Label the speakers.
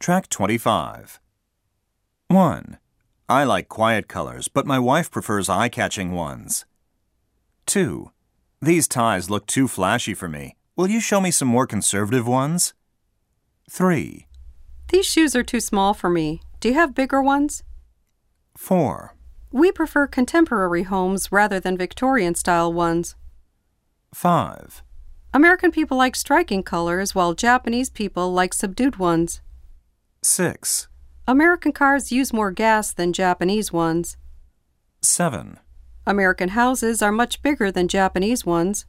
Speaker 1: Track 25. 1. I like quiet colors, but my wife prefers eye catching ones. 2. These ties look too flashy for me. Will you show me some more conservative ones? 3.
Speaker 2: These shoes are too small for me. Do you have bigger ones?
Speaker 1: 4.
Speaker 2: We prefer contemporary homes rather than Victorian style ones.
Speaker 1: 5.
Speaker 2: American people like striking colors, while Japanese people like subdued ones.
Speaker 1: 6.
Speaker 2: American cars use more gas than Japanese ones.
Speaker 1: 7.
Speaker 2: American houses are much bigger than Japanese ones.